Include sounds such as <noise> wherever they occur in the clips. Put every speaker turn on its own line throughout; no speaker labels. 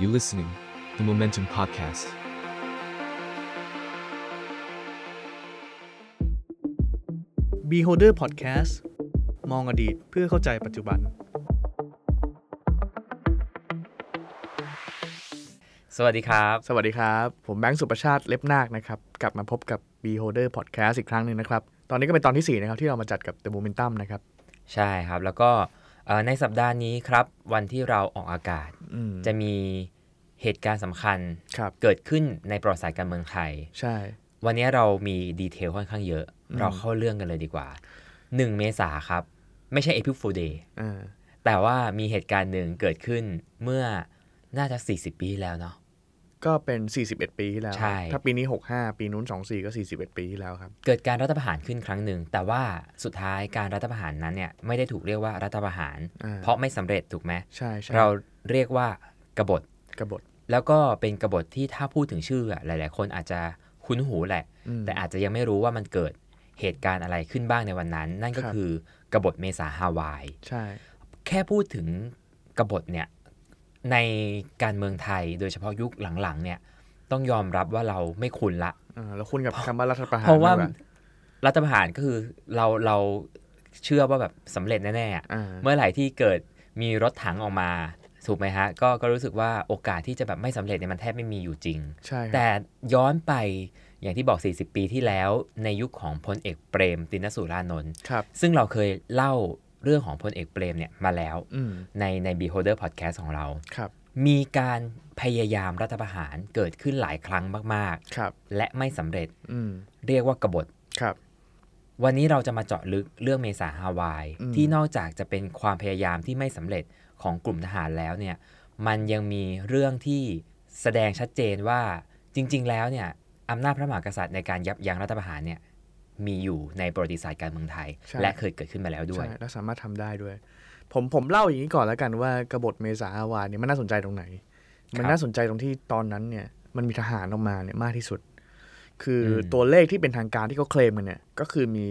You listening, the Momentum Podcast.
บีโฮเดอร์พอดแคสต์มองอดีตเพื่อเข้าใจปัจจุบัน
สวัสดีครับ
สวัสดีครับ ผมแบงค์สุประชาติเล็บนาคนะครับ กลับมาพบกับ Beholder Podcast อีกครั้งหนึ่งนะครับ ตอนนี้ก็เป็นตอนที่ 4 นะครับ ที่เรามาจัดกับ The Momentum นะครับ
ใช่ครับ แล้วก็เอ่อในสัปดาห์นี้ครับ วันที่เราออกอากาศ
อืม
จะมีเหตุการณ์สำคัญ
ครับ
เกิดขึ้นในประวัติศาสตร์การเมืองไทย
ใช่
วันนี้เรามีดีเทลค่อนข้างเยอะ เราเข้าเรื่องกันเลยดีกว่า 1 เมษาครับ ไม่ใช่ April Fool Day
อ่า
แต่ว่ามีเหตุการณ์หนึ่งเกิดขึ้นเมื่อน่าจะ 40 ปีแล้วเนาะ
ก็เป็น 41 ปีที่แล้ว
ใช่
ถ้าปีนี้ 65 ปีนู้น 24 ก็ 41 ปีที่แล้วครับ
เกิดการรัฐประหารขึ้นครั้งหนึ่ง แต่ว่าสุดท้ายการรัฐประหารนั้นเนี่ยไม่ได้ถูกเรียกว่ารัฐประหาร
อ่า
เพราะไม่สำเร็จถูกไหม
ใช่ใช่
เราเรียกว่ากบฏ
กบฏ
แล้วก็เป็นกบฏที่ถ้าพูดถึงชื่ออะหลาย ๆ คนอาจจะคุ้นหูแหละ
อืม
แต่อาจจะยังไม่รู้ว่ามันเกิดเหตุการณ์อะไรขึ้นบ้างในวันนั้น นั่นก็
ครับ
คือกบฏเมษาฮาวาย
ใช่
แค่พูดถึงกบฏเนี่ยในการเมืองไทยโดยเฉพาะยุคหลัง ๆ เนี่ยต้องยอมรับว่าเราไม่คุ้นละ
อ่าแล้วคุณกับคำว่ารัฐประหาร
เพราะว่า
ดีก
รัฐประหารก็คือเราเราเชื่อว่าแบบสำเร็จแน่ๆอะ
อ่า
เมื่อไหร่ที่เกิดมีรถถังออกมา ถูกไหมฮะ ก็ก็รู้สึกว่าโอกาสที่จะแบบไม่สำเร็จเนี่ยมันแทบไม่มีอยู่จริง
ใช่ครับ
แต่ย้อนไปอย่างที่บอก 40 ปีที่แล้ว ในยุคของพลเอกเปรม ตินสุรานนท์
ครับ
ซึ่งเราเคยเล่าเรื่องของพลเอกเปรมเนี่ยมาแล้ว
อืม
ในใน Beholder Podcast ของเรา
ครับ
มีการพยายามรัฐประหารเกิดขึ้นหลายครั้งมาก
ครับ
ๆ และไม่สำเร็จ
อืม
เรียกว่ากบฏ
ครับ
วันนี้เราจะมาเจาะลึกเรื่องเมษาฮาวาย
อืม
ที่นอกจากจะเป็นความพยายามที่ไม่สำเร็จของกลุ่มทหารแล้วเนี่ยมันยังมีเรื่องที่แสดงชัดเจนว่าจริง ๆ แล้วเนี่ยอำนาจพระมหากษัตริย์ในการยับยั้งรัฐประหารเนี่ยมีอยู่ในประวัติศาสตร์การเมืองไทย
ใช่
และเคยเกิดขึ้นมาแล้วด้วย
ใช่แล้วสามารถทำได้ด้วย ผมผมเล่าอย่างนี้ก่อนแล้วกันว่ากบฏเมษาอาวานเนี่ยมันน่าสนใจตรงไหน มัน
ครับ
น่าสนใจตรงที่ตอนนั้นเนี่ยมันมีทหารออกมาเนี่ยมากที่สุด คืออ
ม
ตัวเลขที่เป็นทางการที่เขาเคลมกันเนี่ยก็คือมี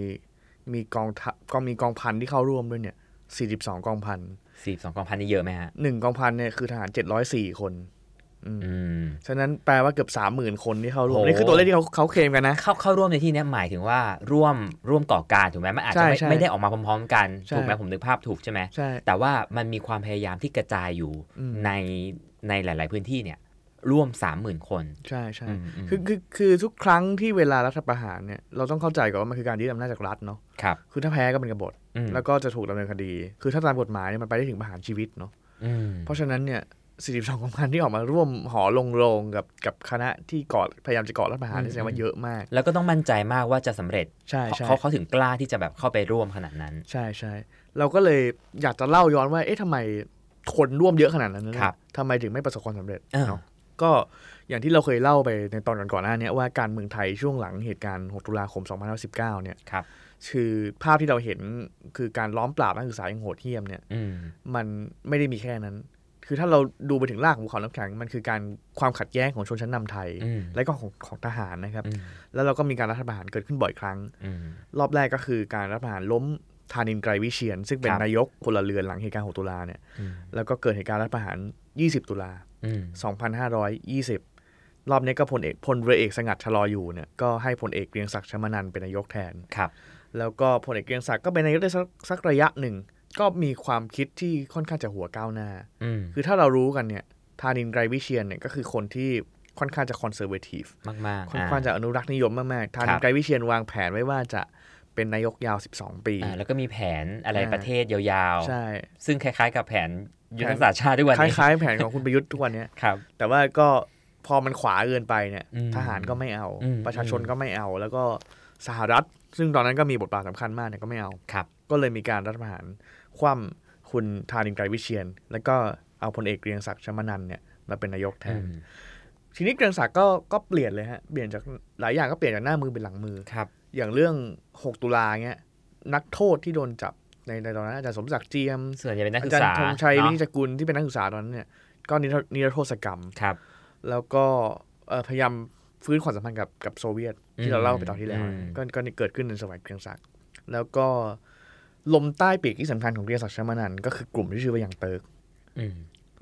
มีกองทัพก็มีกองพันที่เข้าร่วมด้วยเนี่ย42 กองพัน
42กองพันนี่เยอะไหมฮะ
หนึ่งกองพันเนี่ยคือทหาร 704 คน
อืม
ฉะนั้นแปลว่าเกือบ30,000 คนที่เข้าร่วม
โห
นี่คือตัวเลขที่เขาเขาเคลมกันนะ
เข้าเข้าร่วมในที่เนี้ยหมายถึงว่าร่วมร่วมก่อการถูกไหมมันอาจจะ
ใช่
ไม่
ใช่
ไม่ได้ออกมาพร้อม ๆ กัน
ใช่
ถูกไหมผมนึกภาพถูกใช่ไหม
ใช่
แต่ว่ามันมีความพยายามที่กระจายอยู่
อืม
ในในหลาย ๆ พื้นที่เนี่ยร่วม 30,000 คน
ใช่ใช่
อืมอืม
คือคือคือทุกครั้งที่เวลารัฐประหารเนี่ยเราต้องเข้าใจก่อนว่ามันคือการยึดอำนาจจากรัฐเนาะ
ครับ
คือถ้าแพ้ก็เป็นกบฏ
อืม
แล้วก็จะถูกดำเนินคดี คือถ้าตามกฎหมายเนี่ยมันไปได้ถึงประหารชีวิตเนาะ
อืม
เพราะฉะนั้นเนี่ย42กองพันที่ออกมาร่วมหอลงโรงกับกับคณะที่ก่อพยายามจะก่อรัฐประหารนี่แสดงว่าเยอะมาก
แล้วก็ต้องมั่นใจมากว่าจะสำเร็จ
ใช่
เพราะ
ใช่
เขาเขาถึงกล้าที่จะแบบเข้าไปร่วมขนาดนั้น
ใช่ใช่เราก็เลยอยากจะเล่าย้อนว่าเอ๊ะทำไมคนร่วมเยอะขนาดนั้นนะครับ ทำไมถึงไม่ประสบความสำเร็จ
อ้าว
เนาะ ก็อย่างที่เราเคยเล่าไปในตอนก่อนๆหน้าเนี้ว่าการเมืองไทยช่วงหลังเหตุการณ์ 6 ตุลาคม 2019เนี่ย
ครับ
คือภาพที่เราเห็นคือการล้อมปราบนักศึกษาอย่างโหดเหี้ยมเนี่ย
อืม
มันไม่ได้มีแค่นั้น คือถ้าเราดูไปถึงรากของภูเขาน้ำแข็งมันคือการความขัดแย้งของชนชั้นนำไทย
อืม
และก็ของของทหารนะครับ
อืม
แล้วเราก็มีการรัฐประหารเกิดขึ้นบ่อยครั้ง
อืม
รอบแรกก็คือการรัฐประหารล้มธานินทร์ไกรวิเชียน ซึ่งเป็น
ครับ
นายกพลเรือนหลังเหตุการณ์ 6 ตุลาเนี่ย
อืม
แล้วก็เกิดเหตุการณ์รัฐประหาร 20 ตุลา
อืม
2520 รอบนี้ก็พลเอกพลเรือเอกสงัดชะลออยู่เนี่ยก็ให้พลเอกเกรียงศักดิ์ชมานันท์เป็นนายกแทน
ครับ
แล้วก็พลเอกเกรียงศักดิ์ก็เป็นนายกได้สักสักระยะหนึ่ง ก็มีความคิดที่ค่อนข้างจะหัวก้าวหน้า
อืม
คือถ้าเรารู้กันเนี่ยธานินทร์ไกรวิเชียนเนี่ยก็คือคนที่ค่อนข้างจะคอนเซอร์เวทีฟ
มากมากๆ
ค่อนข้าง
อ่า
จะอนุรักษ์นิยมมาก ๆ ธานิ
ครั
นท
บ
ร์ไกรวิเชียนวางแผนไว้ว่าจะเป็นนายกยาว 12 ปี
อ่าแล้วก็มีแผนอะไร
อ่า
ประเทศยาว
ใช่
ๆ ซึ่งคล้ายๆ กับแผนยุทธศาสตร์ชาติด้วยวัน
ค
นี้
ล้ายๆ แผนของคุณประยุทธ์ทุกวันเนี้ย
ครับ
แต่ว่าก็พอมันขวาเกินไปเนี่ย
อืม
ทหารก็ไม่เอา
อืม
ประชาชน
อืม
ก็ไม่เอา แล้วก็สหรัฐ ซึ่งตอนนั้นก็มีบทบาทสำคัญมากเนี่ยก็ไม่เอา
ครับ
ก็เลยมีการรัฐประหารคว่ำคุณธานินทร์ไกรวิเชียน แล้วก็เอาพลเอกเกรียงศักดิ์ชมานันท์เนี่ยมาเป็นนายกแท
อื
น
ม
ทีนี้เกรียงศักดิ์ก็ก็เปลี่ยนเลยฮะ เปลี่ยนจากหลายอย่างก็เปลี่ยนจากหน้ามือเป็นหลังมือ
ครับ
อย่างเรื่อง 6 ตุลาเงี้ยนักโทษที่โดนจับในในตอนนั้นอาจารย์สมศักดิ์เจียม
ส่วนใหญ่เป็นนักศึ
อาก จาร
ษา
ย์ธงชัยวิ
เนาะ
นิจกุลที่เป็นนักศึกษาตอนนั้นเนี่ยก็นิรนิรโทษกรรม
ครับ
แล้วก็เอ่อพยายามฟื้นความสัมพันธ์กับกับโซเวียต ที่เราเล่าไปตอนที่แล้วนะ
อืม
ก็ก็นี่เกิดขึ้นในสมัยเกรียงศักดิ์แล้วก็ลมใต้ปีกที่สำคัญของเกรียงศักดิ์ชมานันท์ก็คือกลุ่มที่ชื่อว่ายังเติร์ก
อืม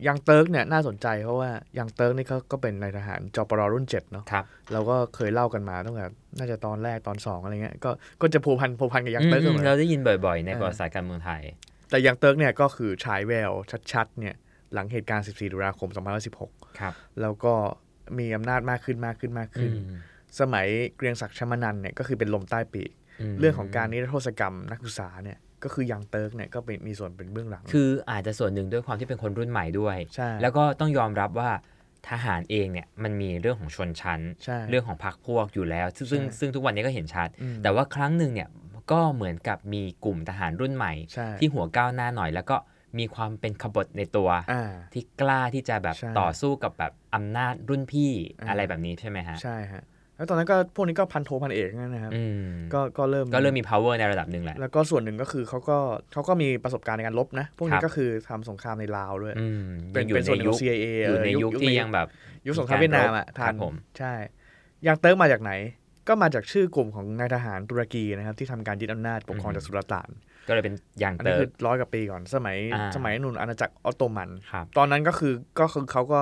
ยังเติร์กเนี่ยน่าสนใจเพราะว่ายังเติร์กนี่เขาก็เป็นนายทหารจปรรุ่นเจ็ดเนาะ
ครับ
เราก็เคยเล่ากันมาตั้งแต่น่าจะตอนแรกตอนสองอะไรเงี้ยก็ก็จะผูกพันผูกพันกับยังเติร์ก
อื
เส
ม
ม
ๆ
อ
เราได้ยินบ่อยๆ ใน
เออ
ประวัติศาสตร์การเมืองไทย
แต่ยังเติร์กเนี่ยก็คือฉายแววชัดๆเนี่ยหลังเหตุการณ์ 14 ตุลาคม 2016
ครับ
แล้วก็มีอำนาจมากขึ้นมากขึ้นมากขึ้น สมัยเกรียงศักดิ์ชมานันท์เนี่ยก็คือเป็นลมใต้ปีก
ม
เรื่องของการนิรโทษกรรมนักศึกษาเนี่ยก็คือยังเติร์กเนี่ยก็เป็นมีส่วนเป็นเบื้องหลัง
คืออาจจะส่วนหนึ่งด้วยความที่เป็นคนรุ่นใหม่ด้วย
ใช่
แล้วก็ต้องยอมรับว่าทหารเองเนี่ยมันมีเรื่องของชนชั้น
ใช่
เรื่องของพรรคพวกอยู่แล้ว ซึ่งซึ่ง
ใช่
ซึ่งทุกวันนี้ก็เห็นชัด
อืม
แต่ว่าครั้งหนึ่งเนี่ยก็เหมือนกับมีกลุ่มทหารรุ่นใหม่
ใช่
ที่หัวก้าวหน้าหน่อย แล้วก็มีความเป็นขบฏในตัว
อ่า
ที่กล้าที่จะแบบ
ใช่
ต่อสู้กับแบบอำนาจรุ่นพี่
อ่า
อะไรแบบนี้ใช่ไหมฮะ
ใช่ฮะแล้วตอนนั้นก็พวกนี้ก็พันโทพันเอกทั้งนั่นนะครับ
อืม
ก็ก็เริ่ม
ก็เริ่มมี power ในระดับหนึ่งแหละ
แล้วก็ส่วนหนึ่งก็คือเขาก็เขาก็มีประสบการณ์ในการลบนะ พวก
ครั
นี้
บ
ก็คือทำสงครามในลาวด้วย
อืม
เป็น
ยังอยู่
เป็นส่วนห
ใน
นึ่งขอ
ยุค
ง CIA
อยู่ใน
เออยุ
ยุ
ค
ค
ยุค
ที่
ใน
ยังแบบ
ยุคสงครามเวียดนามอ่ะ
ค
ทั
รั
น
บผม
ใช่ยางเติร์กมาจากไหน ก็มาจากชื่อกลุ่มของนายทหารตุรกีนะครับที่ทำการยึดอำนาจปกครองจากสุลต่าน
ก็เลยเป็นอย่าง
อันนี้
เติ
คื
ร์
อก ร้อยกว่าปีก่อนสมัย
อ่า
สมัยหนุนอาณาจักรออตโตมัน
ครับ
ตอนนั้นก็คือก็คือเขาก็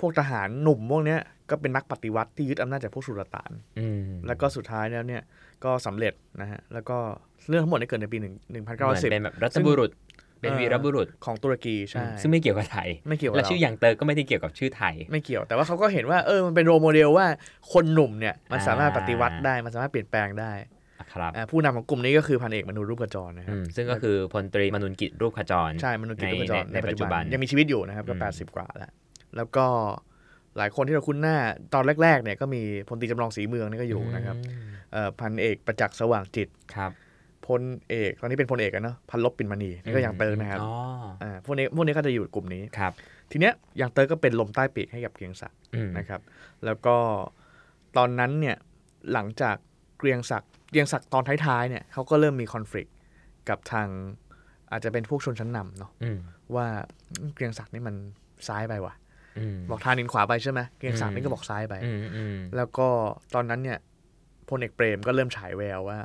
พวกทหารหนุ่มพวกเนี้ยก็เป็นนักปฏิวัติที่ยึดอำนาจจากพวกสุลต่าน
อืม
แล้วก็สุดท้ายแล้วเนี่ยก็สำเร็จนะฮะแล้วก็เรื่องทั้งหมดเนี่ยเกิดในปี1
เหมือนเป็น
1910
แบบรัฐบุรุษ เป็น
เอ่อ
วีรบุรุษ
ของตุรกีใช่
ซึ่งไม่เกี่ยวกับไทย
ไม่เกี่ยวกับ
และ
เรา
ชื่ออย่างเติร์กก็ไม่ได้เกี่ยวกับชื่อไทย
ไม่เกี่ยว แต่ว่าเขาก็เห็นว่าเออมันเป็นโรลโมเดลว่าคนหนุ่มเนี่ยมัน
อ่า
สามารถปฏิวัติได้มันสามารถเปลี่ยนแปลงได้
ครับ
อ่าผู้นำของกลุ่มนี้ก็คือพันเอกมนูรูปกระจรนะค
อื
รับ
มซึ่งก็คือพลตรีมนุนกิจรูปขจร
ใช่มนูกิจรูปกระจร
ใน
ในปัจจุ
ในปัจจุบั
บัน
น
ยังมีชีวิตอยู่นะครับก็
อืม
80 กว่าแล้วแล้วก็หลายคนที่เราคุ้นหน้าตอนแรกๆเนี่ยก็มีพลตรีจำลองสีเมืองนี่ก็อยู่นะครับ
ม
เอ่อพันเอกประจักษ์สว่างจิต
ครับ
พลเอกตอนนี้เป็นพลเอกกันเนาะพันลบปิ่นมณีนี่ก็ยังเติร์กนะครับ
อ๋อ
อ่าพวกนี้พวกนี้ก็จะอยู่กลุ่มนี้
ครับ
ทีเนี้ยยังเติร์กก็เป็นลมใต้ปีกให้กับเกรียงศักดิ์
อืม
นะครับ แล้วก็ตอนนั้นเนี่ยหลังจากเกรียงศักดิ์เกรียงศักดิ์ตอนท้ายๆเนี่ยเขาก็เริ่มมีคอน FLICT กับทางอาจจะเป็นพวกชนชั้นนำเนาะ
อืม
ว่าเกรียงศักดิ์นี่มันซ้ายไปว่ะ
อืม
บอกทานินขวาไปใช่ไหมเกรียงศักดิ์นี่ก็บอกซ้ายไป
อืมอืม
แล้วก็ตอนนั้นเนี่ยพลเอกเปรมก็เริ่มฉายแววว่า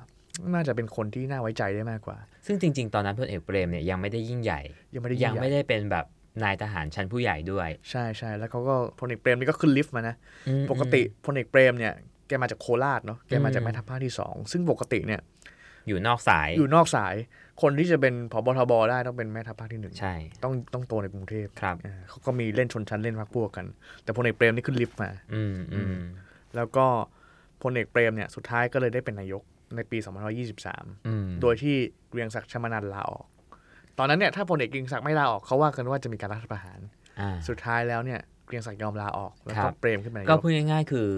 น่าจะเป็นคนที่น่าไว้ใจได้มากกว่า
ซึ่งจริง ๆ ตอนนั้นพลเอกเปรมเนี่ยยังไม่ได้ยิ่งใหญ่
ยังไม่ได้
ยั
ง
ง
ใหญ่
ไม่ได้เป็นแบบนายทหารชั้นผู้ใหญ่ด้วย
ใช่ใช่แล้วเขาก็พลเอกเปรมนี่ก็ขึ้นลิฟต์มานะ
อืม
ปกติพลเอกเปรมเนี่ยแกมาจากโคราชเนาะแกมาจากแม่ทัพภาคที่สองซึ่งปกติเนี่ย
อยู่นอกสาย
อยู่นอกสายคนที่จะเป็นผบทบได้ต้องเป็นแม่ทัพภาคที่หนึ่ง
ใช่
ต้องต้องโตในกรุงเทพ
ครับ
อ่าเขาก็มีเล่นชนชั้นเล่นพรรคพวกกัน แต่พลเอกเปรมนี่ขึ้นลิฟต์มา
อืมอืม
แล้วก็พลเอกเปรมเนี่ยสุดท้ายก็เลยได้เป็นนายกในปี 2523
อืม
โดยที่เกรียงศักดิ์ชมานันท์ลาออก ตอนนั้นเนี่ยถ้าพลเอกเกรียงศักดิ์ไม่ลาออกเขาว่ากันว่าจะมีการรัฐประหาร
อ่า
สุดท้ายแล้วเนี่ยเกรียงศักดิ์ยอมลาออกแล้ว
ค
ก็
รับ
เปรมขึ้นเป็นนาย
ก็
ก
พูดง่ายๆ คือ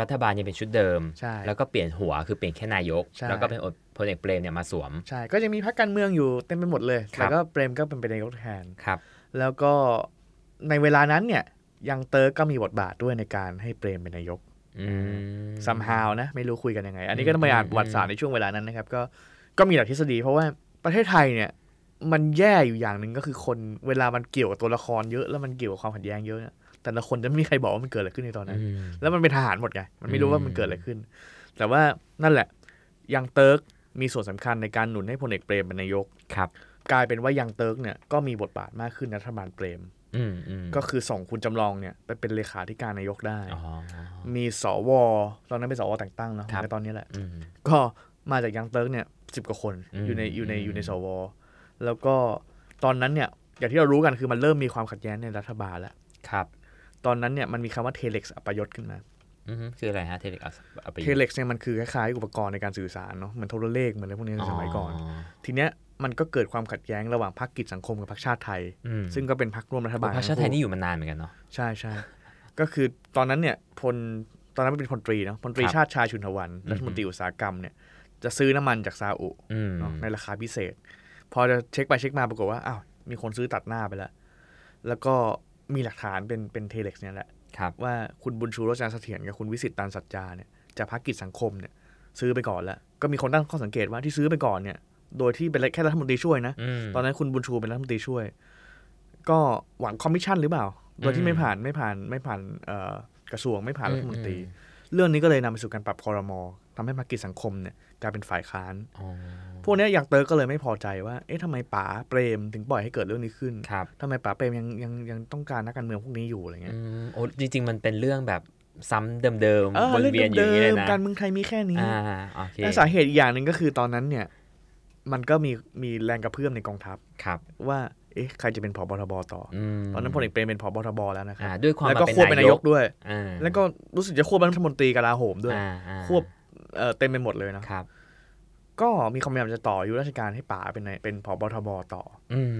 รัฐบาลยังเป็นชุดเดิม
ใช่
แล้วก็เปลี่ยนหัวคือเปลี่ยนแค่นายก
ใช่
แล้วก็เป็นพลเอกเปรมเนี่ยมาสวม
ใช่ ก็ยังมีพรรคการเมืองอยู่เต็มไปหมดเลย
ครับ
แต่ก็เปรมก็เป็นเป็นนายกแทน
ครับ
แล้วก็ในเวลานั้นเนี่ยยังเติร์กก็มีบทบาทด้วยในการให้เปรมเป็นนายก
อืม
ซัมฮาวนะ ไม่รู้คุยกันยังไง อันนี้ก็ต้องไป
อืม
อ่านประวัติศาสตร์ในช่วงเวลานั้นนะครับ ก็ก็มีหลักทฤษฎี เพราะว่าประเทศไทยเนี่ยมันแย่อยู่อย่างหนึ่งก็คือคนเวลามันเกี่ยวกับตัวละครเยอะแล้วมันเกี่ยวกับความขัดแย้งเยอะเนี่ยแต่ละคนจะไม่มีใครบอกว่ามันเกิดอะไรขึ้นในตอนนั้น
อืม
แล้วมันเป็นทหารหมดไง มันไม่รู้
อืม
ว่ามันเกิดอะไรขึ้น แต่ว่านั่นแหละ ยังเติร์กมีส่วนสำคัญในการหนุนให้พลเอกเปรมเป็นนายก
ครับ
กลายเป็นว่ายังเติร์กเนี่ยก็มีบทบาทมากขึ้นในรัฐบาลเปรม
อืมอืม
ก็คือส่งคุณจำลองเนี่ยไปเป็นเลขาธิการนายกได้
อ๋อ
มีสว ตอนนั้นเป็นสวแต่งตั้งเนอะ
ครับ
ในตอนนี้แหละ
อืม
ก็มาจากยังเติร์กเนี่ยสิบกว่าคน
อืม
อยู่ในอยู่ใน
อืม
อยู่ในสว แล้วก็ตอนนั้นเนี่ยอย่างที่เรารู้กันคือมันเริ่มมีความขัดแย้งในรัฐบาลแล้ว
ครับ
ตอนนั้นเนี่ยมันมีคำว่าเทเล็กซ์อัปยศขึ้นมา
อืมคืออะไรฮะเทเลกเอาไป
เทเล็กซ์เนี่ยมันคือคล้ายๆอุปกรณ์ในการสื่อสารเนาะเหมือนโทรเลขเหมือนอะไรพวกนี้ในสมัยก่อน ทีเนี้ยมันก็เกิดความขัดแย้งระหว่างพรรคกิจสังคมกับพรรคชาติไทย
อืม
ซึ่งก็เป็นพรรคร่วมรัฐบาล
พรรคชาติไทยนี่อยู่มานานเหมือนกันเนาะ
ใช่ใช่ก็คือตอนนั้นเนี่ยพลตอนนั้นเป็นพลตรีเนาะพลตรี
ครับ
ชาติชายชุนทวันรัฐมนตรีอุตสาหกรรมเนี่ยจะซื้อน้ำมันจากซาอุ
ืม
เนาะในราคาพิเศษ พอจะเช็คไปเช็คมาปรากฏว่าอ้าวมีคนซื้อตัดหน้าไปแล้ว แล้วก็มีหลักฐานเป็นเป็นเทเล็กซ์เนี่ยแหละ
ครับ
ว่าคุณบุญชูรจนาเสถียรกับคุณวิสิตตันสัจจาเนี่ยจากพรรคกิจสังคมเนี่ยซื้อไปก่อนแล้ว ก็มีคนตั้งข้อสังเกตว่าที่ซื้อไปก่อนเนี่ย โดยที่เป็นแค่รัฐมนตรีช่วยนะ
อืม
ตอนนั้นคุณบุญชูเป็นรัฐมนตรีช่วย ก็หวังคอมมิชชั่นหรือเปล่า โดยที่ไม่ผ่านไม่ผ่านไม่ผ่านเอ่อกระทรวงไม่ผ่าน
อืม
รัฐมนตรี เรื่องนี้ก็เลยนำไปสู่การปรับคอรมอทำให้พรรคกิจสังคมเนี่ยกลายเป็นฝ่ายค้าน
อ๋อ
พ วกเนี้ยอย่างเติร์กก็เลยไม่พอใจว่า เอ๊ะทำไมป๋าเปรมถึงปล่อยให้เกิดเรื่องนี้ขึ้น
ครับ
ทำไมป๋าเปรมยังยังยังต้องการนักการเมืองพวกนี้อยู่อะไรเงี้
อื
ย
มโอ้จริง ๆ มันเป็นเรื่องแบบซ้ำเดิม
เออ
ๆวน
เรื่อง
เวียนอยู่อย่าง
เดิ
นี้เลย
ม
นะ
ๆการเมืองไทยมีแค่นี้
อ่าโอเค
และสาเหตุอีกอย่างหนึ่งก็คือตอนนั้นเนี่ย มันก็มีมีแรงกระเพื่อมในกองทัพ
ครับ
ว่า เอ๊ะ ใครจะเป็นผบทบต่ออ
ม
ตอนนั้นพลเอกเปรมเป็นผบทบแล้วนะครั
อ่า
บ
ด้วยความ
แล้ว
มา
ก็
เป็น
ควบเป็
นาน
นาย ย
ก
กด้วย
อ่า
แล้วก็รู้สึกจะควบเป็นรัฐมนตรีกลาโหมด้วย
อ่าอ่า
ควบ เอ่อเต็มไปหมดเลยนะ
ครับ
ก็มีความพยายามจะต่ออายุราชการให้ป๋าเป็นนายเป็นผบทบต่อ
อืม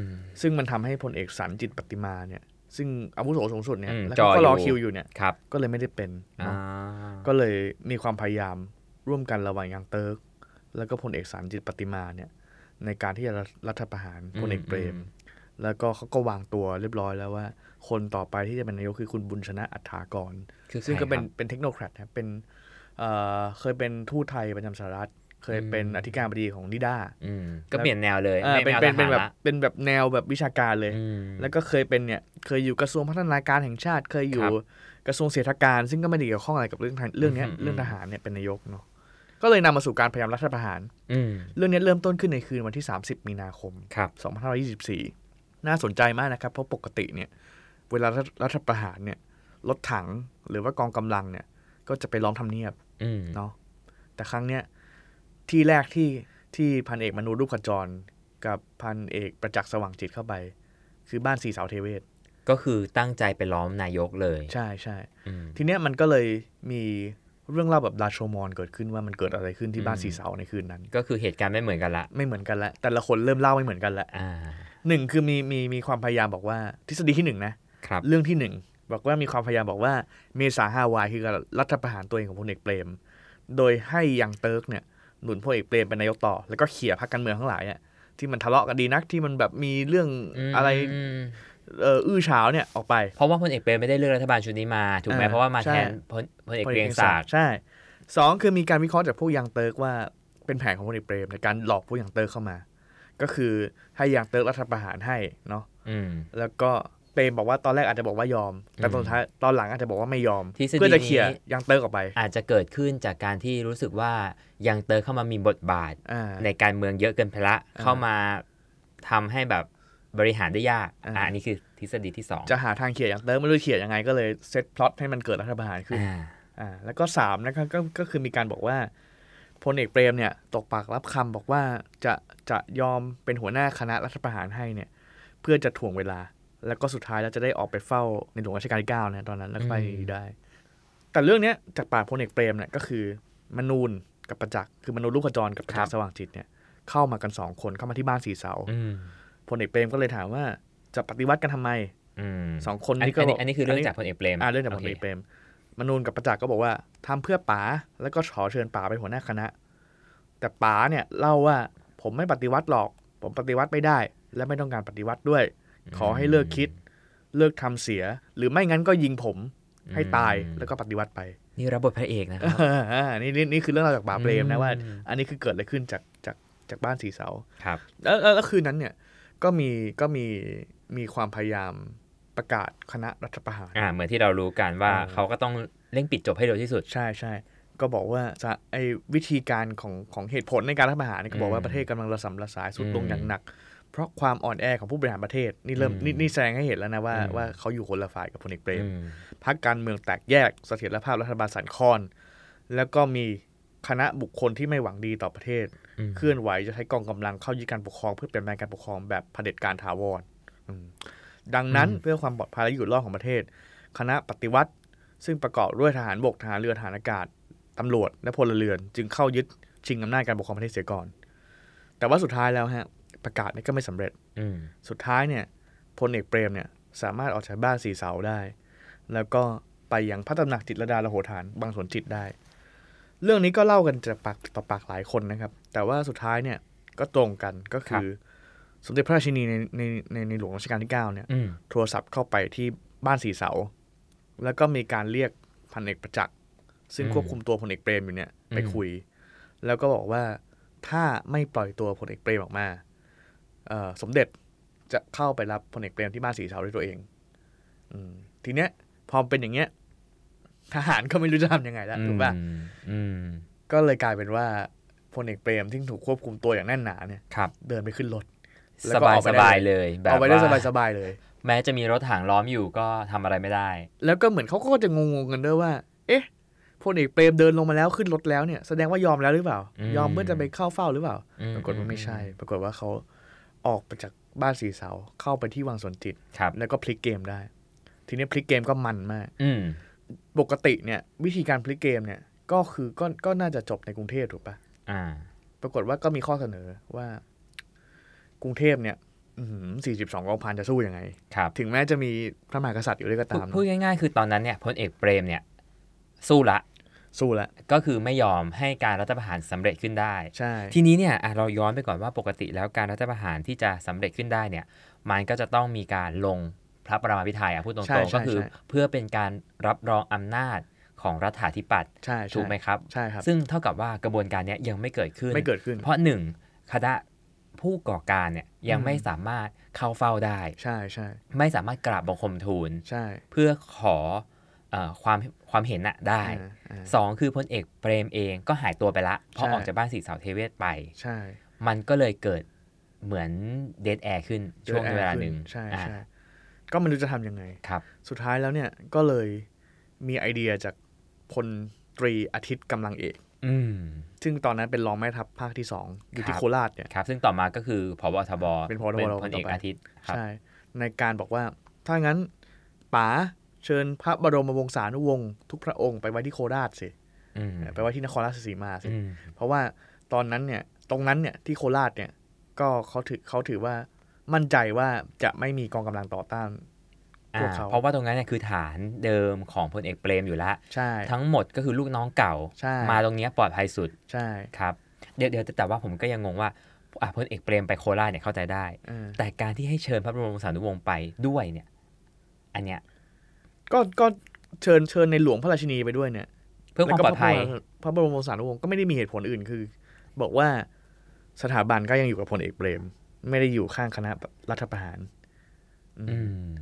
ซึ่งมันทำให้พลเอกสันจิตปฏิมาเนี่ย ซึ่งอาวุโสสูงสุดเนี่ย
อืม
แล้ว
จ่อ
เขา
อ
ก็
ยู่
รอคิวอยู่เนี่ย
ครับ
ก็เลยไม่ได้เป็นเน
อ่า
อะก็เลยมีความพยายามร่วมกันระหว่างยังเติร์กแล้วก็พลเอกสันจิตปฏิมาเนี่ย ในการที่จะรัฐประหารพลเอกเปรม แล้วก็เขาก็วางตัวเรียบร้อยแล้วว่า คนต่อไปที่จะเป็นนายกคือคุณบุญชนะอัฏฐากร
คือ
ซึ่งก็เป็น
ใครครับ
เป็นเทคโนแครดครับเป็นเอ่อเคยเป็นทูตไทยประจำสหรัฐ เคยเป็น
อืม
อธิการบดีของนิด้า
อืมก็เปลี่ยนแนวเลย
เอ่อ
ไม่
เป็น
ไม่อา
เป็น
ท
เป็น
หาร
แบบ
ละ
เป็นแบบแนวแบบวิชาการเลย
อืม
แล้วก็เคยเป็นเนี่ยเคยอยู่กระทรวงพัฒนาการแห่งชาติ เคยอยู่
ครับ
กระทรวงเศรษฐการ ซึ่งก็ไม่ได้เกี่ยวข้องอะไรกับเรื่องทางเรื่องเนี้ย
อืม
เรื่องทหารเนี่ยเป็นนายกเนาะก็เลยนำมาสู่การพยายามรัฐประหาร
อืม
เรื่องเนี้ยเริ่มต้นขึ้นในคืนวันที่ 30 มีนาคม
ครับ
2524 น่าสนใจมากนะครับ เพราะปกติเนี่ยเวลารัฐรัฐประหารเนี่ยรถถังหรือว่ากองกำลังเนี่ยก็จะไปล้อมทำเนียบ
อืม
เนาะแต่ครั้งเนี้ยที่แรกที่ที่พันเอกมนูรูปขจร กับพันเอกประจักษ์สว่างจิตเข้าไป คือบ้านสีสาวเทเวศ
ก็คือตั้งใจไปล้อมนายกเลย
ใช่ใช่
อืม
ทีเนี้ยมันก็เลยมีเรื่องเล่าแบบราโชมอนเกิดขึ้นว่ามันเกิดอะไรขึ้นที่บ้าน
อืม
สีเสาวในคืนนั้น
ก็คือเหตุการณ์ไม่เหมือนกันละ
ไม่เหมือนกันละแต่ละคนเริ่มเล่าไม่เหมือนกันละ
อ่า
หนึ่งคือมีมีมีความพยายามบอกว่าทฤษฎีที่หนึ่งนะ
ครับ
เรื่องที่หนึ่งบอกว่ามีความพยายามบอกว่าเมษาฮาวายคือการรัฐประหารตัวเองของพลเอกเปรม โดยให้ยังเติร์กเนี่ยหนุนพลเอกเปรมเป็นนายกต่อ แล้วก็เขี่ยพรรคการเมืองทั้งหลายอ่ะที่มันทะเลาะกันดีนักที่มันแบบมีเรื่อง
ม
อะไรเอ่ออื้อฉาวเนี่ยออกไป
เพราะว่าพลเอกเปรมไม่ได้เลือกรัฐบาลชุดนี้มา ถูกไหม
อ่า
เพราะว่ามา
ใช่
แทนพลพลเอกเกรียงศักดิ์
ใช่สองคือมีการวิเคราะห์จากพวกยังเติร์กว่าเป็นแผนของพลเอกเปรมในการหลอกพวกยังเติร์กเข้ามา ก็คือให้ยังเติร์กรัฐประหารให้เนาะ
อืม
แล้วก็เปรมบอกว่าตอนแรกอาจจะบอกว่ายอม แต่ตอนท้ายตอนหลังอาจจะบอกว่าไม่ยอม
ทฤษฎี
เพื่อจะเขี่ย
นี้
ยังเติร์กออกไป
อาจจะเกิดขึ้นจากการที่รู้สึกว่ายังเตอร์เข้ามามีบทบาท
อ่า
ในการเมืองเยอะเกินไปละ
อ่า
เข้ามาทำให้แบบบริหารได้ยาก
อ่า
อ่าอันนี้คือทฤษฎีที่สอง
จะหาทางเขียนอย่างเติมไม่รู้เขียนยังไงก็เลยเซตพล็อตให้มันเกิดรัฐประหารขึ้น
อ่า
อ่า แล้วก็สามนะครับก็ก็คือมีการบอกว่าพลเอกเปรมเนี่ยตกปากรับคำบอกว่าจะจะยอมเป็นหัวหน้าคณะรัฐประหารให้เนี่ยเพื่อจะถ่วงเวลา แล้วก็สุดท้ายแล้วจะได้ออกไปเฝ้าในหลวงรัชกาลที่เก้านะตอนนั้นแล้วก็ไปได้ แต่เรื่องเนี้ยจากปากพลเอกเปรมเนี่ยก็คือมนูนกับประจักษ์คือมนูนลูกขจรกับประจักษ์สว่างจิตเนี่ยเข้ามากันสองคนเข้ามาที่บ้านสีเสา
อืม
พลเอกเปรมก็เลยถามว่าจะปฏิวัติกันทำไม
อืม
สองคน
อัน
นี้ก็
อัน
บ
นี้
ก
อันนี้คือเรื่องจากพลเอกเปรม
อ่าเรื่องจากพลเอกเปรมมนูนกับประจักษ์ก็บอกว่าทำเพื่อป๋าแล้วก็ขอเชิญป๋าเป็นหัวหน้าคณะ แต่ป๋าเนี่ยเล่าว่าผมไม่ปฏิวัติหรอก ผมปฏิวัติไม่ได้ และไม่ต้องการปฏิวัติด้วย ขอให้เลิกคิด เลิกทำเสีย หรือไม่งั้นก็ยิงผมให้ตายแล้วก็ปฏิวัติไป <laughs>
นี่รับบทพระเอกนะครับ
อ่านี่นี่นี่คือเรื่องราวจากป๋าเปรมนะว่า
อืม
อันนี้คือเกิดอะไรขึ้นจากจากจากบ้านสีเสา
ครับ
แล้วแล้วแล้วคืนนั้นเนี่ยก็มีก็มีมีความพยายามประกาศคณะรัฐประหาร
อ่าเหมือนที่เรารู้กันว่า
เออ
เขาก็ต้องเร่งปิดจบให้เร็วที่สุด
ใช่ใช่ก็บอกว่าจะไอ้วิธีการของของเหตุผลในการรัฐประหารเนี่ยก็บอก
อื
ว่าม ประเทศกำลังระสำระสายสุดลง
อืม
อย่างหนัก เพราะความอ่อนแอของผู้บริหารประเทศนี่เริ่ม
อืม
นี่นี่แสดงให้เห็นแล้วนะว่า
อืม
ว่าเขาอยู่คนละฝ่ายกับพลเอกเปรม
อืม
พรรคการเมืองแตกแยกเสถียรภาพรัฐบาลสั่นคลอน แล้วก็มีคณะบุคคลที่ไม่หวังดีต่อประเทศ
อืม
เคลื่อนไหวจะใช้กองกำลังเข้ายึดการปกครองเพื่อเปลี่ยนแปลงการปกครองแบบเผด็จการถาวรอืมดังนั้นเพื่อความปลอดภัยและอยู่รอดของประเทศ คณะปฏิวัติ ซึ่งประกอบด้วยทหารบกทหารเรือทหารอากาศตำรวจและพลเรือน จึงเข้ายึดชิงอำนาจการปกครองประเทศเสียก่อน แต่ว่าสุดท้ายแล้วฮะประกาศนี้ก็ไม่สำเร็จ
อืม
สุดท้ายเนี่ยพลเอกเปรมเนี่ยสามารถออกจากบ้านสีเสาได้ แล้วก็ไปยังพระตำหนักจิตรลดาละโหฐานบางสวนจิตได้ เรื่องนี้ก็เล่ากันจากปากต่อปากหลายคนนะครับ แต่ว่าสุดท้ายเนี่ยก็ตรงกันก็คือ สมเด็จพระราชินีในในในในหลวงรัชกาลที่ 9 เนี่ย
อืม
โทรศัพท์เข้าไปที่บ้านสีเสา แล้วก็มีการเรียกพันเอกประจักษ์ซึ่งควบคุมตัวพลเอกเปรมอยู่เนี่ยไปคุย แล้วก็บอกว่าถ้าไม่ปล่อยตัวพลเอกเปรมออกมาเอ่อสมเด็จจะเข้าไปรับพลเอกเปรมที่บ้านสีเสาด้วยตัวเอง อืมทีเนี้ยพอเป็นอย่างเงี้ยทหารก็ไม่รู้จะทำยังไงแล้วถูกป่ะ
อืมอืม
ก็เลยกลายเป็นว่า พลเอกเปรมที่ถูกควบคุมตัวอย่างแน่นหนาเนี่ย
ครับ
เดินไปขึ้นรถ แล้
ส
วก็
บาย
ออก
ส
ไปได้
บายเลยแบบ
เอาไปได้
ว่า
สบายๆเลย
แม้จะมีรถถังล้อมอยู่ก็ทำอะไรไม่ได้
แล้วก็เหมือนเขาก็จะงงๆกันด้วยว่า เอ๊ะพลเอกเปรมเดินลงมาแล้วขึ้นรถแล้วเนี่ยแสดงว่ายอมแล้วหรือเปล่า
อืม
ยอมเพื่อจะไปเข้าเฝ้าหรือเปล่า
อื
ปรากฏว่าไม่ใช่ ปรากฏว่าเขาออกไปจากบ้านสีเสาเข้าไปที่วังสวนจิต
ครับ
แล้วก็พลิกเกมได้ ทีนี้พลิกเกมก็มันมาก
อืม
ปกติเนี่ย วิธีการพลิกเกมเนี่ยก็คือก็ก็น่าจะจบในกรุงเทพถูกปะ
อ่า
ปรากฏว่าก็มีข้อเสนอว่า กรุงเทพเนี่ยสี่สิบสองกองพันจะสู้ยังไง
ครับ
ถึงแม้จะมีพระมหากษัตริย์อยู่ด้วยก็ตาม
พูด
เนอะ
ง่ายๆ คือตอนนั้นเนี่ยพลเอกเปรมเนี่ย สู้ละ
สู้ละ
ก็คือไม่ยอมให้การรัฐประหารสำเร็จขึ้นได้
ใช่
ทีนี้เนี่ยอ่ะเราย้อนไปก่อนว่าปกติแล้วการรัฐประหารที่จะสำเร็จขึ้นได้เนี่ย มันก็จะต้องมีการลงพระประมาพิไทยอ่ะพูดตร
ใช่
งๆก็
ใช่
คือ
ใช่
เพื่อเป็นการรับรองอำนาจของรัฐาธิปัตย์
ใช่ใช่
ถูกไหมครับ
ใช่ครับ
ซึ่งเท่ากับว่ากระบวนการเนี้ยยังไม่เกิดขึ้น
ไม่เกิดขึ้น
เพราะหนึ่งคณะผู้ก่อการเนี่ยยัง
อืม
ไม่สามารถเข้าเฝ้าได้
ใช่ใช่
ไม่สามารถกราบบังคมทูล
ใช่
เพื่อขอเออความความเห็นน่ะได้
อ่าอ่า
สองคือพลเอกเปรมเองก็หายตัวไปละเพราะ
ใช่
ออกจากบ้านสีเสาเทเวศไป
ใช่
มันก็เลยเกิดเหมือนเดทแอร์ขึ้นช่วงเวลาหนึ่ง
ใช่
อ่ะ
ใช่ก็ไม่รู้จะทำยังไง
ครับ
สุดท้ายแล้วเนี่ยก็เลยมีไอเดียจากพลตรีอาทิตย์กำลังเอก
อืม
ซึ่งตอนนั้นเป็นรองแม่ทัพภาคที่สองอยู่ที่
ครับ
โคราชเนี่ย
ครับ ซึ่งต่อมาก็คือพบทบ
เป็นผบ
พลเอ
ต่อ
ก
ไป
อาทิตย์ครับ
ใช่ ในการบอกว่า ถ้างั้นป๋าเชิญพระบรมวงศานุวงศ์ทุกพระองค์ไปไว้ที่โคราชสิ
อืม
ไปไว้ที่นครราชสีมาสิ
อืม
เพราะว่าตอนนั้นเนี่ยตรงนั้นเนี่ยที่โคราชเนี่ยก็เขาถือเขาถือว่ามั่นใจว่าจะไม่มีกองกำลังต่อต้าน พวกเขา
อ่าเพราะว่าตรงนั้นเนี่ยคือฐานเดิมของพลเอกเปรมอยู่ละ
ใช่
ทั้งหมดก็คือลูกน้องเก่า
ใช่
มาตรงเนี้ยปลอดภัยสุด
ใช่
ครับ เดี๋ยวเดี๋ยวแต่ว่าผมก็ยังงงว่าอ่ะพลเอกเปรมไปโคราชเนี่ยเข้าใจได้
เออ
แต่การที่ให้เชิญพระบรมวงศานุวงศ์ไปด้วยเนี่ย อันเนี้ย
ก็ก็เชิญเชิญในหลวงพระราชินีไปด้วยเนี่ย
เพื่อความปลอดภัย
แก็พระบรมพระบรมวงศานุวงศ์ก็ไม่ได้มีเหตุผลอื่นคือ บอกว่าสถาบันก็ยังอยู่กับพลเอกเปรม ไม่ได้อยู่ข้างคณะรัฐประหาร
อืม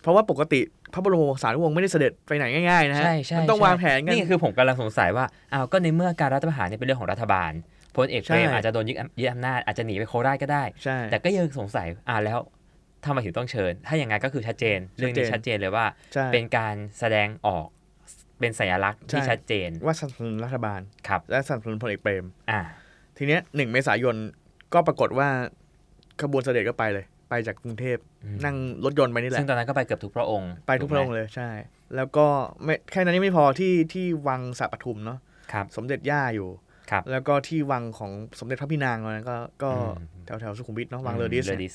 เพราะว่าปกติพระบรมวงศานุวงศ์ไม่ได้เสด็จไปไหนง่ายๆนะฮะ
ใช่ใช่
มัต้อง
ใช่
วางแผนกัน
นี่คือผมกำลังสงสัยว่าอ้าวก็ในเมื่อการรัฐประหารเนี่ยเป็นเรื่องของรัฐบาลพลเอกเปรม
ใช่
อาจจะโดนยึดอำยึดอำนาจอาจจะหนีไปโคราชก็ได้
ใช่
แต่ก็ยังสงสัยอ่าแล้วทำไมถึงต้องเชิญ ถ้าอย่างนั้นก็คือชัดเจน เรื่องนี้
ชั
ชั
ด
ด
เจ
เจ
น
นเลยว่า
ใช่
เป็นการแสดงออกเป็นสัญลักษณ์ที่
ใช่
ชัดเจน
ว่าสนับสนุนรัฐบาล
ครับ
และสนับสนุนพลเอกเปรม
อ่า
ทีเนี้ยหนึ่งเมษายนก็ปรากฏว่าขบวนเสด็จก็ไปเลย ไปจากกรุงเทพ
อืม
นั่งรถยนต์ไปนี่แหละ
ซึ่งตอนนั้นก็ไปเกือบทุกพระองค์
ไปทุกพระองค์เลยใช่ แล้วก็ไม่แค่นั้นยังไม่พอที่ที่วังสระปทุมเนาะ
ครับ
สมเด็จย่าอยู่
ครับ
แล้วก็ที่วังของสมเด็จพระพี่นางตอนนั้นก็ก็
อืม
แถวแถวสุขุมวิทเนาะวังเลอดิส
เลอดิส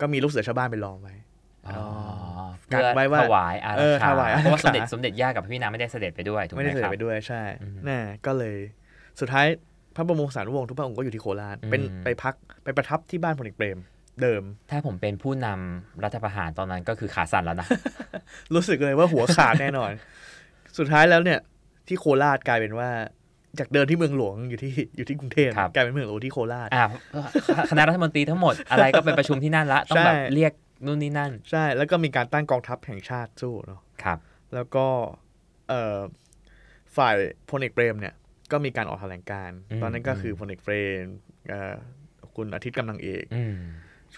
ก็มีลูกเสือชาวบ้านไปลองไว้
อ๋อ
เพื่อ
เพื่อ
ไว้ว่า
ถวายอา
เอ
รั
อก
ขา
ถวายอารักขา
เพราะว่าสมเด็จสมเด็จย่ากับพระพี่นางไม่ได้เสด็จไปด้วยถูกไห
ไม่
ม
ได้เสด็จ
ครับ
ไปด้วยใช่
อืม
น่ะก็เลย สุดท้ายพระบรมวงศานุวงศ์ทุกพระองค์ก็อยู่ที่โคราช
อืม
เป็นไปพักไปประทับที่บ้านพลเอกเปรม เดิม
ถ้าผมเป็นผู้นำรัฐประหารตอนนั้นก็คือขาสั่นแล้วนะ <laughs>
รู้สึกเลยว่าหัวขาดแน่นอน <laughs> สุดท้ายแล้วเนี่ย ที่โคราชกลายเป็นว่า จากเดิมที่เมืองหลวงอยู่ที่อยู่ที่กรุงเทพ
ครับ
กลายเป็นเมืองหลวงที่โคราช
อ่าคณะรัฐมนตรีทั้งหมดอะไรก็เป็นประชุมที่นั่นละ ต้องแบบ
<laughs> ใช่
เรียกนู่นนี่นั่น
ใช่ แล้วก็มีการตั้งกองทัพแห่งชาติสู้เนาะ
ครับ
แล้วก็เอ่อฝ่ายพลเอกเปรมเนี่ย ก็มีการออกแถลงการณ์
อืม
ตอนนั้นก็คือพลเอกเปรมเอ่อคุณอาทิตย์กำลังเอก
อืม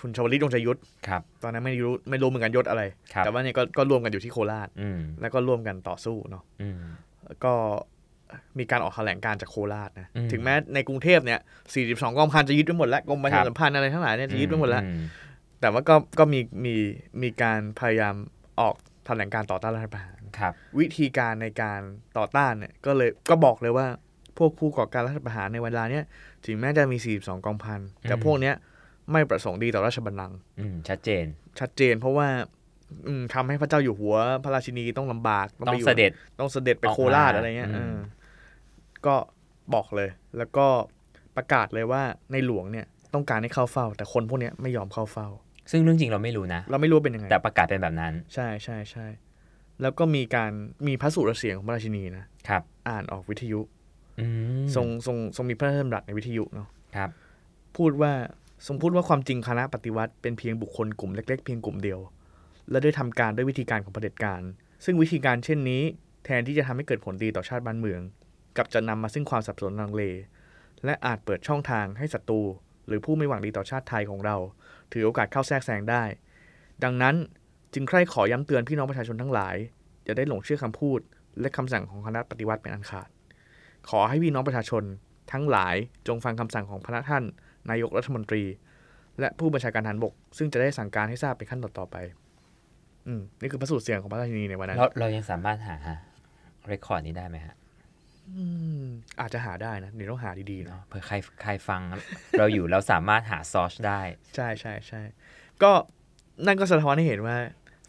คุณชวลิตยงใจยุทธ
ครับ
ตอนนั้นไม่รู้ไม่รู้เหมือนกันยศอะไร
ครับ
แต่ว่าเนี่ยก็ก็รวมกันอยู่ที่โคราช
อืม
แล้วก็ร่วมกันต่อสู้เนาะ
อืม
ก็มีการออกแถลงการณ์จากโคราชนะ
อืม
ถึงแม้ในกรุงเทพเนี่ย 42 กองพันจะยึดไปหมดแล้วกรมประชา
ครับ
สัมพันธ์อะไรทั้งหลายเนี่ยจะยึดไปหมดแล้ว
อื
แต่ว่าก็ก็มีมีมีการพยายามออกแถลงการณ์ต่อต้านรัฐประหาร
ครับ
วิธีการในการต่อต้านเนี่ยก็เลยก็บอกเลยว่าพวกผู้ก่อการรัฐประหารในเวลาเนี้ยถึงแม้จะมี 42 กองพันแต่
อืม
พวกเนี้ยไม่ประสงค์ดีต่อราชบัลลังก์
อืมชัดเจน
ชัดเจนเพราะว่าอืมทำให้พระเจ้าอยู่หัวพระราชินีต้องลำบาก
ต้อ
ไป
ง
ยู่
เสด็จ
ต้องเสด็จไป
ออกมา
โคราชอะไรเงี้ย
อื
เออ
ม
ก็บอกเลย แล้วก็ประกาศเลยว่าในหลวงเนี่ยต้องการให้เข้าเฝ้า แต่คนพวกเนี้ยไม่ยอมเข้าเฝ้า
ซึ่งเรื่องจริงเราไม่รู้นะ
เราไม่รู้ว่าเป็นยังไง
แต่ประกาศเป็นแบบนั้น
ใช่ใช่ใช่ แล้วก็มีการมีพระสุรเสียงของพระราชินีนะ
ครับ
อ่านออกวิทยุ
อืม
ทรงทรงทรงมีพระราชดำรัสในวิทยุเนาะ
ครับ
พูดว่าทรงพูดว่าความจริงคณะปฏิวัติเป็นเพียงบุคคลกลุ่มเล็ก ๆ เพียงกลุ่มเดียว และได้ทำการด้วยวิธีการของเผด็จการ ซึ่งวิธีการเช่นนี้ แทนที่จะทำให้เกิดผลดีต่อชาติบ้านเมืองกลับจะนำมาซึ่งความสับสนลังเล และอาจเปิดช่องทางให้ศัตรูหรือผู้ไม่หวังดีต่อชาติไทยของเรา ถือโอกาสเข้าแทรกแซงได้ ดังนั้นจึงใคร่ขอย้ำเตือนพี่น้องประชาชนทั้งหลาย อย่าได้หลงเชื่อคำพูด และคำสั่งของคณะปฏิวัติเป็นอันขาด ขอให้พี่น้องประชาชน ทั้งหลายจงฟังคำสั่งของพระท่าน นายกรัฐมนตรี และผู้บัญชาการทหารบก ซึ่งจะได้สั่งการให้ทราบเป็นขั้นตอนต่อไป อืมนี่คือพระสูตรเสียงของพระราชินีในวันนั้น
เราเรายังสามารถหาเรคคอร์ดนี้ได้ไหมฮะ
อืมอาจจะหาได้นะเดี๋ยวต้องหาดีๆนะ
เนาะเผื่อใครใครฟัง เราอยู่แล้วสามารถหาซอชได้
ใช่ใช่ใช่ก็นั่นก็สะท้อนให้เห็นว่า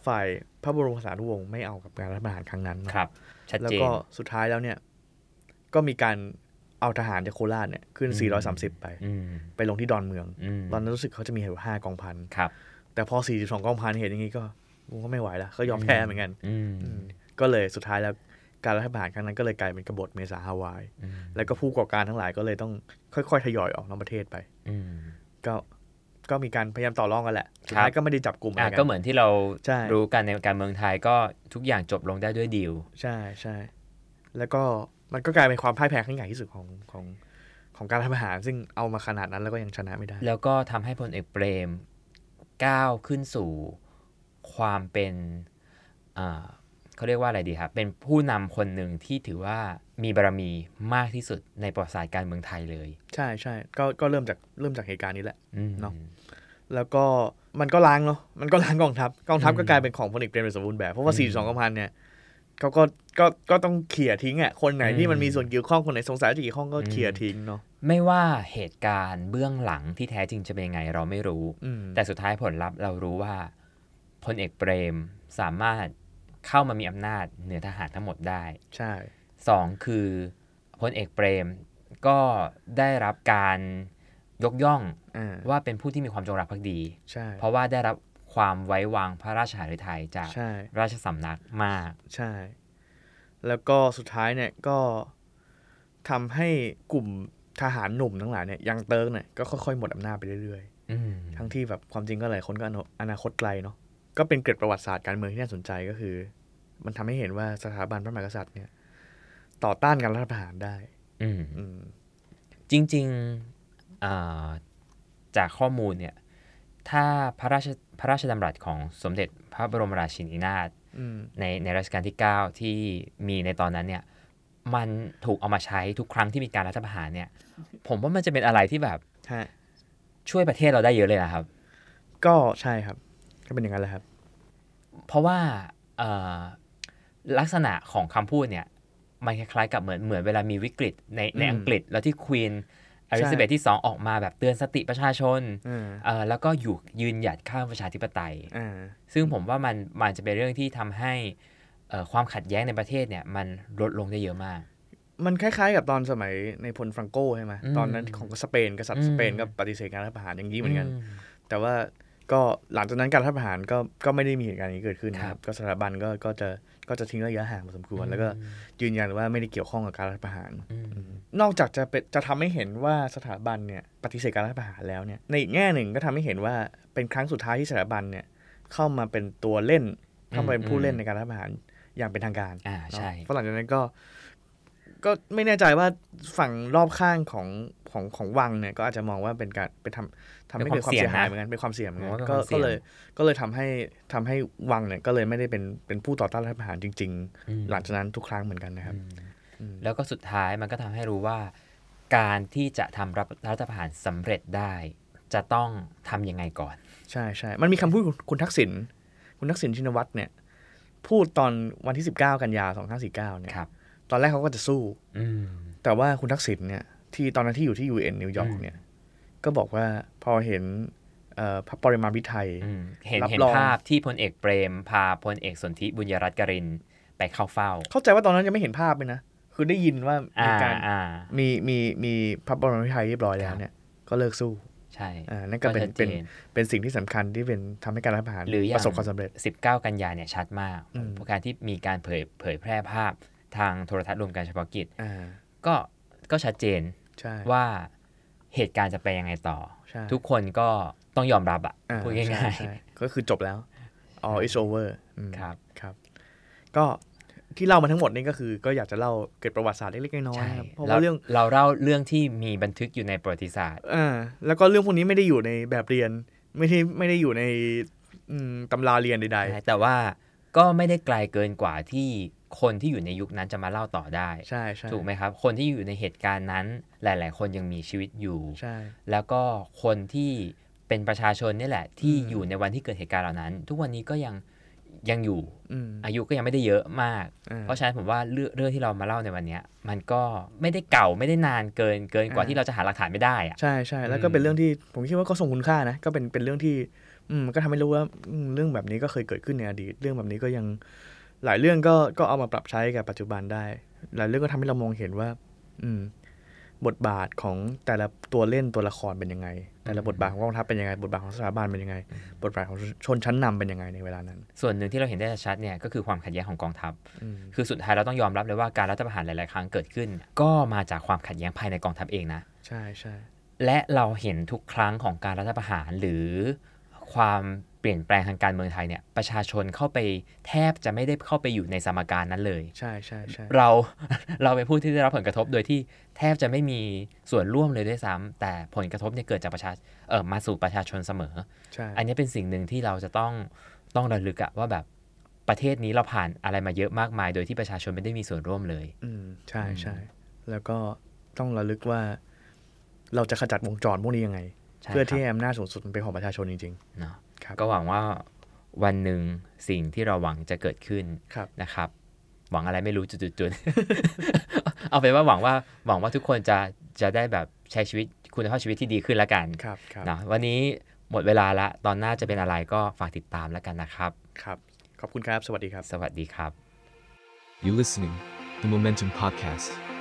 ฝ่ายพระบรมสารีวงศ์ไม่เอากับการรัฐประหารครั้งนั้นเนอะ <laughs>
ครับ ชัด
แล้ว
เจน
ก็สุดท้ายแล้วเนี่ย ก็มีการเอาทหารจากโคราชเนี่ยขึ้น
อืม
430 ไป
อืม
ไปลงที่ดอนเมือง
อืม
ตอนนั้นรู้สึกเขาจะมีอยู่ห้ากองพัน
ครับ
แต่พอ 42 กองพันเห็นอย่างนี้ก็กูก็ไม่ไหวละก็ยอมแพ้เหมือนกัน
อืม
อืมก็เลยสุดท้ายแล้วการรัฐประหารครั้งนั้นก็เลยกลายเป็นกบฏเมษาฮาวาย
อืม
แล้วก็ผู้ก่อการทั้งหลายก็เลยต้องค่อยๆทยอยออกนอกประเทศไป
อืม
ก็ก็มีการพยายามต่อรองกันแหละสุด
ครั
ท้าย
บ
ก็ไม่ได้จับกลุ่มอะ
อ่ะ
ไรกั
ก็เหมือนที่เรา
ใช่
รู้กันในการเมืองไทยก็ทุกอย่างจบลงได้ด้วยดีล
ใช่ใช่แล้วก็มันก็กลายเป็นความพ่ายแพ้ครั้งใหญ่ที่สุดของของของการรัฐประหารซึ่งเอามาขนาดนั้นแล้วก็ยังชนะไม่ได้
แล้วก็ทำให้พลเอกเปรมก้าวขึ้นสู่ความเป็นอ่าเขาเรียกว่าอะไรดีครับ เป็นผู้นำคนหนึ่งที่ถือว่ามีบารมีมากที่สุดในประวัติศาสตร์การเมืองไทยเลย
ใช่ใช่ก็ก็เริ่มจากเริ่มจากเหตุการณ์นี้แหละ
อืม
เนาะ แล้วก็มันก็ล้างเนาะมันก็ล้างกองทัพกองทัพ
อืม
ก็กลายเป็นของพลเอกเปรมอย่างสมบูรณ์แบบเพราะว่า
อืม
สี่สองกองพันเนี่ยเขาก็ก็ก็ต้องเขี่ยทิ้งอ่ะคนไหนที่มัน
อืม
มีส่วนเกี่ยวข้องคนไหนสงสัยว่าจะเกี่ยวข้องก็
อืม
เขี่ยทิ้งเนาะ
ไม่ว่าเหตุการณ์เบื้องหลังที่แท้จริงจะเป็นยังไงเราไม่รู้
อืม
แต่สุดท้ายผลลัพธ์เรารู้ว่าพลเอกเปรมสามารถเข้ามามีอำนาจเหนือทหารทั้งหมดได้
ใช่
สองคือพลเอกเปรมก็ได้รับการยกย่อง
อ่า
ว่าเป็นผู้ที่มีความจงรักภักดี
ใช่
เพราะว่าได้รับความไว้วางพระราชหฤทัยจาก
ใช่
ราชสำนักมาก
ใช่ แล้วก็สุดท้ายเนี่ยก็ทำให้กลุ่มทหารหนุ่มทั้งหลายเนี่ยยังเติร์กเนี่ยก็ค่อยๆหมดอำนาจไปเรื่อย
อืม
ๆ ทั้งที่แบบความจริงก็หลายคนก็อนาอนาคตไกลเนาะ ก็เป็นเกร็ดประวัติศาสตร์การเมืองที่น่าสนใจก็คือ มันทำให้เห็นว่าสถาบันพระมหากษัตริย์เนี่ย ต่อต้านการรัฐประหารได้
อืม
อืม
จริงๆเอ่อจากข้อมูลเนี่ย ถ้าพระราชพระราชดำรัสของสมเด็จพระบรมราชินีนาถ
อืม
ในในรัชกาลที่ 9 ที่มีในตอนนั้นเนี่ยมันถูกเอามาใช้ทุกครั้งที่มีการรัฐประหารเนี่ย ผมว่ามันจะเป็นอะไรที่แบบ
ฮะ
ช่วยประเทศเราได้เยอะเลยนะครับ
ก็ใช่ครับ ก็เป็นอย่างนั้นแหละครับ
เพราะว่าเอ่อลักษณะของคำพูดเนี่ยมันคล้ายๆกับเหมือนเหมือนเวลามีวิกฤตในใน
อืม
อังกฤษแล้วที่ควีนอลิซาเบธที่ 2 ออกมาแบบเตือนสติประชาชน
อืม
เอ่อแล้วก็อยู่ยืนหยัดข้ามประชาธิปไตย
อ่า
ซึ่งผมว่ามันมันจะเป็นเรื่องที่ทำให้เอ่อความขัดแย้งในประเทศเนี่ยมันลดลงได้เยอะมาก
มันคล้ายๆ กับตอนสมัยในพลฟรังโกใช่ไหม
อืม
ตอนนั้นของสเปนกษัตริ
อื
ย์ส
ม
เปนก็ปฏิเสธการรัฐประหารอย่างนี้เหมือนกัน
ม
แต่ว่าก็หลังจากนั้นการรัฐประหารก็ก็ไม่ได้มีเหตุการณ์อย่างนี้เกิดขึ้นนะค
ครั
รั
บบ
ก็สถาบันก็ก็จะก็จะทิ้งระยะห่างพอสมควร แล้วก็ยืนยันว่าไม่ได้เกี่ยวข้องกับการรัฐประหาร
อืม
นอกจากจะเป็นจะทำให้เห็นว่าสถาบันเนี่ยปฏิเสธการรัฐประหารแล้วเนี่ยในอีกแง่หนึ่งก็ทำให้เห็นว่าเป็นครั้งสุดท้ายที่สถาบันเนี่ยเข้ามาเป็นตัวเล่นเข้ามาเป็นผู้เล่นในการรัฐประหารอย่างเป็นทางการ
อ่าใช่
เพราะหลังจากนั้นก็ก็ไม่แน่ใจว่าฝั่งรอบข้างของของของวังเนี่ยก็อาจจะมองว่าเป็นการไปทำทำให้
เป็
เกิ
น
ดความ ม
คาวเสี่ย
เสียหาย
งนะ
เหมือนกันเป็นความเสี่ยงเหมือนกัน
ผมว่าเป็น
ก็
ความเสี่ย
ก็
ง
เลยก็เลยทำให้ทำให้วังเนี่ยก็เลยไม่ได้เป็นเป็นผู้ต่อต้านรัฐประหารจริง ๆ หลังจากนั้นทุกครั้งเหมือนกันนะครับ อืม
แล้วก็สุดท้ายมันก็ทำให้รู้ว่า การที่จะทำรับรัฐประหารสำเร็จได้ จะต้องทำยังไงก่อน
ใช่ใช่มันมีคำพูดของคุณทักษิณคุณทักษิณชินวัตรเนี่ย พูดตอนวันที่ 19 กันยา2549เนี่ย
ครับ
ตอนแรกเขาก็จะสู้
อืม
แต่ว่าคุณทักษิณเนี่ยที่ตอนนั้นที่อยู่ที่ UN นิวยอร์ก
อืม
เนี่ยก็บอกว่าพอเห็นเอ่อพระปริมาณพิไทย
อืมเห็น
รับ
เห็น
รอง
ภาพที่พลเอกเปรม พาพลเอกสนธิบุญยรัตน์กรินทร์ไปเข้าเฝ้า
เข้าใจว่าตอนนั้นยังไม่เห็นภาพเลยนะ คือได้ยินว่ามี
อ่า
การ
อ่า
มีมีมีพระปริมาณพิไทยเรียบร้อยแล้วเนี่ยก็เลิกสู้
ใช่
อ่านั่นก็เป็น
ชัดจ
เป็นเป็นสิ่งที่สำคัญที่เป็นทำให้การรัฐประหาร
หรืออ
ป
ย่าง
ระสบความสำเร็จ
19 กันยาเนี่ยชัดมาก
อืม
เพราะการที่มีการเผยเผยแพร่ภาพทางโทรทัศน์รวมการเฉพาะกิจ
อ่า
ก็ก็ชัดเจน
ใช่
ว่าเหตุการณ์จะไปยังไงต่อ
ใช่
ทุกคนก็ต้องยอมรับอะ
อ่
พูดง่าย
ใช่ใช่ก็คือจบแล้ว all is over อืม
ครับ
ครับ ก็ ที่เล่ามาทั้งหมดนี่ก็คือ ก็อยากจะเล่าเกร็ดประวัติศาสตร์เล็กๆน้อย
ใช่
ๆนะครับเพราะ
เรา
ว่าเรื่อง
เราเล่าเรื่องที่มีบันทึกอยู่ในประวัติศาสตร์
อ่าแล้วก็เรื่องพวกนี้ไม่ได้อยู่ในแบบเรียน ไม่ได้ไม่ได้อยู่ในอืมตำราเรียนใด
ใช่แต่ว่าก็ไม่ได้ไกลเกินกว่าที่คนที่อยู่ในยุคนั้นจะมาเล่าต่อได้
ๆ ใช่ใช่
ถูกไหมครับ คนที่อยู่ในเหตุการณ์นั้น หลาย ๆ คนยังมีชีวิตอยู่
ใช่
แล้วก็คนที่เป็นประชาชนนี่แหละ ที่
อืม
อยู่ในวันที่เกิดเหตุการณ์เหล่านั้น ทุกวันนี้ก็ยังยังอยู่
อืม
อายุก็ยังไม่ได้เยอะมาก
อ่า
เพราะฉะนั้นผมว่าเรื่องเรื่องที่เรามาเล่าในวันเนี้ย มันก็ไม่ได้เก่าไม่ได้นานเกินเกินกว่า
อ่า
ที่เราจะหาหลักฐานไม่ได้อะ
ใช่ใช่แล้วก็
อืม
เป็นเรื่องที่ผมคิดว่าก็ทรงคุณค่านะก็เป็นเป็นเรื่องที่อืมก็ทำให้รู้ว่าอืมเรื่องแบบนี้ก็เคยเกิดขึ้นในอดีต เรื่องแบบนี้ก็ยังหลายเรื่องก็ก็เอามาปรับใช้กับปัจจุบันได้ หลายเรื่องก็ทำให้เรามองเห็นว่า อืม บทบาทของแต่ละตัวเล่นตัวละครเป็นยังไง แต่ละบทบาทของกองทัพเป็นยังไง บทบาทของสถาบันเป็นยังไง บทบาทของชนชั้นนำเป็นยังไงในเวลานั้น
ส่วนหนึ่งที่เราเห็นได้ชัดเนี่ยก็คือความขัดแย้งของกองทัพ
อืม
คือสุดท้ายเราต้องยอมรับเลยว่าการรัฐประหารหลาย ๆ ครั้งเกิดขึ้น ก็มาจากความขัดแย้งภายในกองทัพเองนะ
ใช่ใช่
และเราเห็นทุกครั้งของการรัฐประหารหรือความเปลี่ยนแปลงทางการเมืองไทยเนี่ยประชาชนเข้าไปแทบจะไม่ได้เข้าไปอยู่ในสมการนั้นเลย
ใช่ใช่ใช่
เรา เราเป็นผู้ที่ได้รับผลกระทบโดยที่แทบจะไม่มีส่วนร่วมเลยด้วยซ้ำแต่ผลกระทบเนี่ยเกิดจากประชาเออมาสู่ประชาชนเสมอ
ใช่
อันนี้เป็นสิ่งหนึ่งที่เราจะต้องต้องระลึกอะว่าแบบประเทศนี้เราผ่านอะไรมาเยอะมากมาย โดยที่ประชาชนไม่ได้มีส่วนร่วมเลย
อืมใช่ใช่แล้วก็ต้องระลึกว่า เราจะขจัดวงจรพวกนี้ยังไง
ใช่
เพื่อที่
ครับ
ให้อำนาจสูงสุดมันเป็นของประชาชนจริง
เนาะ
ครับ
ก็หวังว่าวันหนึ่งสิ่งที่เราหวังจะเกิดขึ้น
ๆ ครับ
นะครับ หวังอะไรไม่รู้จุดๆๆ <laughs> เอาเป็นว่าหวังว่าหวังว่าทุกคนจะจะได้แบบใช้ชีวิตคุณภาพชีวิตที่ดีขึ้นละกัน
ครับ ครับ
นะวันนี้หมดเวลาละตอนหน้าจะเป็นอะไรก็ฝากติดตามแล้วกันนะครับ
ครับ ขอบคุณครับ สวัสดีครับ
สวัสดีครับ
You listening, the Momentum Podcast.